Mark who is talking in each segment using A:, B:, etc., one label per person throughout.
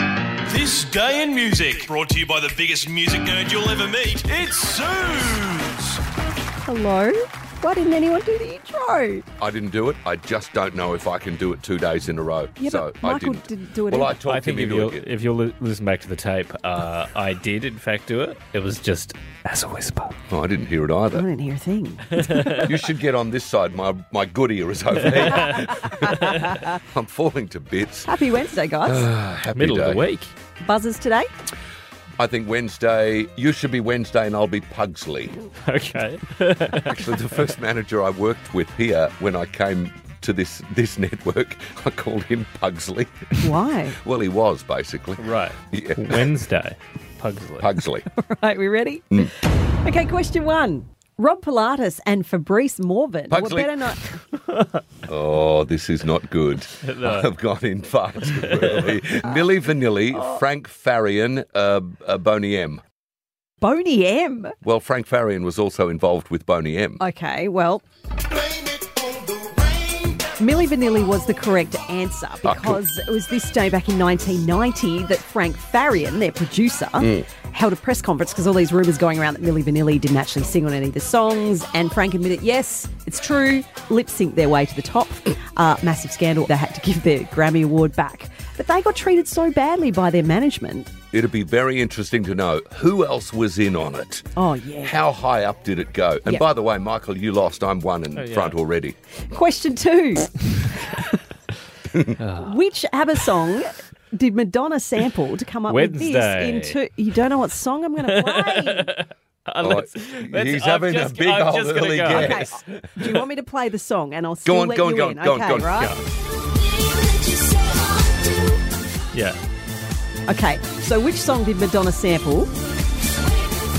A: This Day in Music, brought to you by the biggest music nerd you'll ever meet. It's Suze.
B: Hello? Why didn't anyone do the intro?
C: I didn't do it. I just don't know if I can do it two days in a row.
B: Yeah,
C: so
B: but
C: I
B: Michael
C: didn't.
B: didn't, do it
C: well, I
B: either.
C: talked
D: I
C: him
D: think if
C: into
D: you'll,
C: it.
D: if you'll li- listen back to the tape, uh, I did in fact do it. It was just as a whisper.
C: Oh, I didn't hear it
B: I
C: either.
B: didn't hear a thing.
C: you should get on this side. My my good ear is over here. I'm falling to bits.
B: Happy Wednesday, guys.
C: Ah, happy
D: Middle
C: day.
D: of the week.
B: Buzzers today?
C: I think Wednesday. You should be Wednesday, and I'll be Pugsley.
D: Okay.
C: Actually, the first manager I worked with here when I came to this this network, I called him Pugsley.
B: Why?
C: Well, he was basically
D: right.
C: Yeah.
D: Wednesday. Pugsley.
C: Pugsley.
B: right, we ready? Okay, question one. Rob Pilatus and Fabrice Morvan
C: Pugsley.
B: were better not.
C: Oh, this is not good. I've gone in far too early. Milli Vanilli,
B: Oh.
C: Frank Farian, uh, uh, Boney M.
B: Boney M.
C: Well, Frank Farian was also involved with Boney M.
B: Okay, well, Milli Vanilli was the correct answer
C: cool.
B: because it was this day back in 1990 that Frank Farian, their producer, held a press conference because all these rumours going around that Milli Vanilli didn't actually sing on any of the songs. And Frank admitted, yes, it's true, lip synced their way to the top. Uh, massive scandal. They had to give their Grammy Award back. But they got treated so badly by their management.
C: It'd be very interesting to know who else was in on it.
B: Oh, yeah.
C: How high up did it go? And
B: Yeah.
C: by the way, Michael, you lost. I'm one in front already.
B: Question two. Which ABBA song did Madonna sample to come up with
D: Wednesday.
B: this? Into you don't know what song I'm going to play.
D: Unless-
C: Oh,
D: let's-
C: he's
D: I'm
C: having
D: just-
C: a big
D: I'm
C: old
D: just gonna
C: early
D: go.
C: guess.
B: okay, do you want me to play the song and I'll still
C: Go on,
B: let
C: go on,
B: you
C: go on,
B: in?
C: go on,
B: okay,
C: go on.
B: right?
D: Yeah.
B: Okay, so which song did Madonna sample?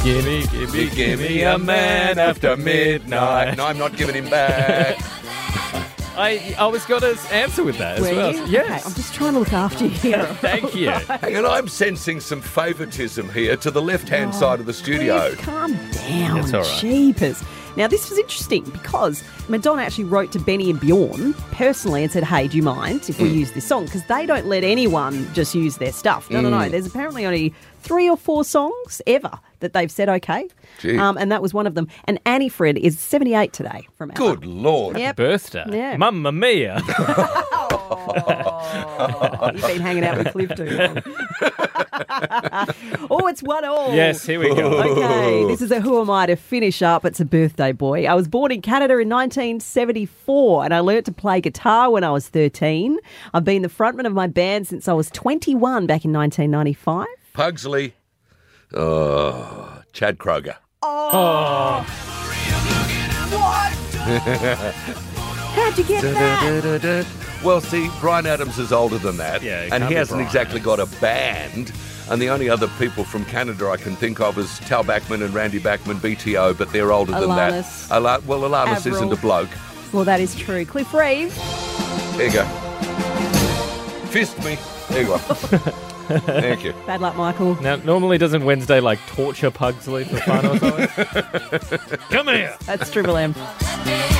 D: Gimme, gimme,
C: Give me a man after midnight. No, I'm not giving him back.
D: I, I was going to answer with that as
B: Were
D: well.
B: you? Okay, I'm
D: Yes.
B: just trying to look after you here.
D: Thank you.
C: Hang on, I'm sensing some favouritism here to the left hand side of the studio.
B: Oh, Please calm down,
D: It's all right.
B: jeepers. Now, this was interesting because Madonna actually wrote to Benny and Bjorn personally and said, Hey, do you mind
C: Hmm.
B: if we use this song? Because they don't let anyone just use their stuff. No, no,
C: Hmm.
B: no. There's apparently only three or four songs ever that they've said okay.
C: Gee.
B: Um, and that was one of them. And Annie Fred is 78 today from ABBA.
C: Good lord.
B: Yep.
D: Birthday.
B: Yeah.
D: Mamma mia.
B: You've been hanging out with Cliff too long. oh, it's one all.
D: yes, here we go.
B: Okay, this is a Who Am I to finish up. It's a birthday boy. I was born in Canada in 1974 and I learnt to play guitar when I was 13. I've been the frontman of my band since I was 21 back in 1995.
C: Pugsley. Oh, Chad Kroger.
B: How'd you get that?
C: Well, see, Brian Adams is older than that,
D: Yeah, it
C: and
D: can't
C: he
D: be
C: hasn't
D: Bryan.
C: exactly got a band. And the only other people from Canada I can think of is Tal Backman and Randy Backman, BTO, but they're older than that.
B: Alanis.
C: Ala- well, Alanis
B: Avril.
C: isn't a bloke.
B: Well, that is true. Cliff Reeve.
C: There you go. Fist me. There you are. Thank you.
B: Bad luck, Michael.
D: Now, normally doesn't Wednesday like torture Pugsley for fun or something? Come here.
B: That's Triple M.
E: Hey.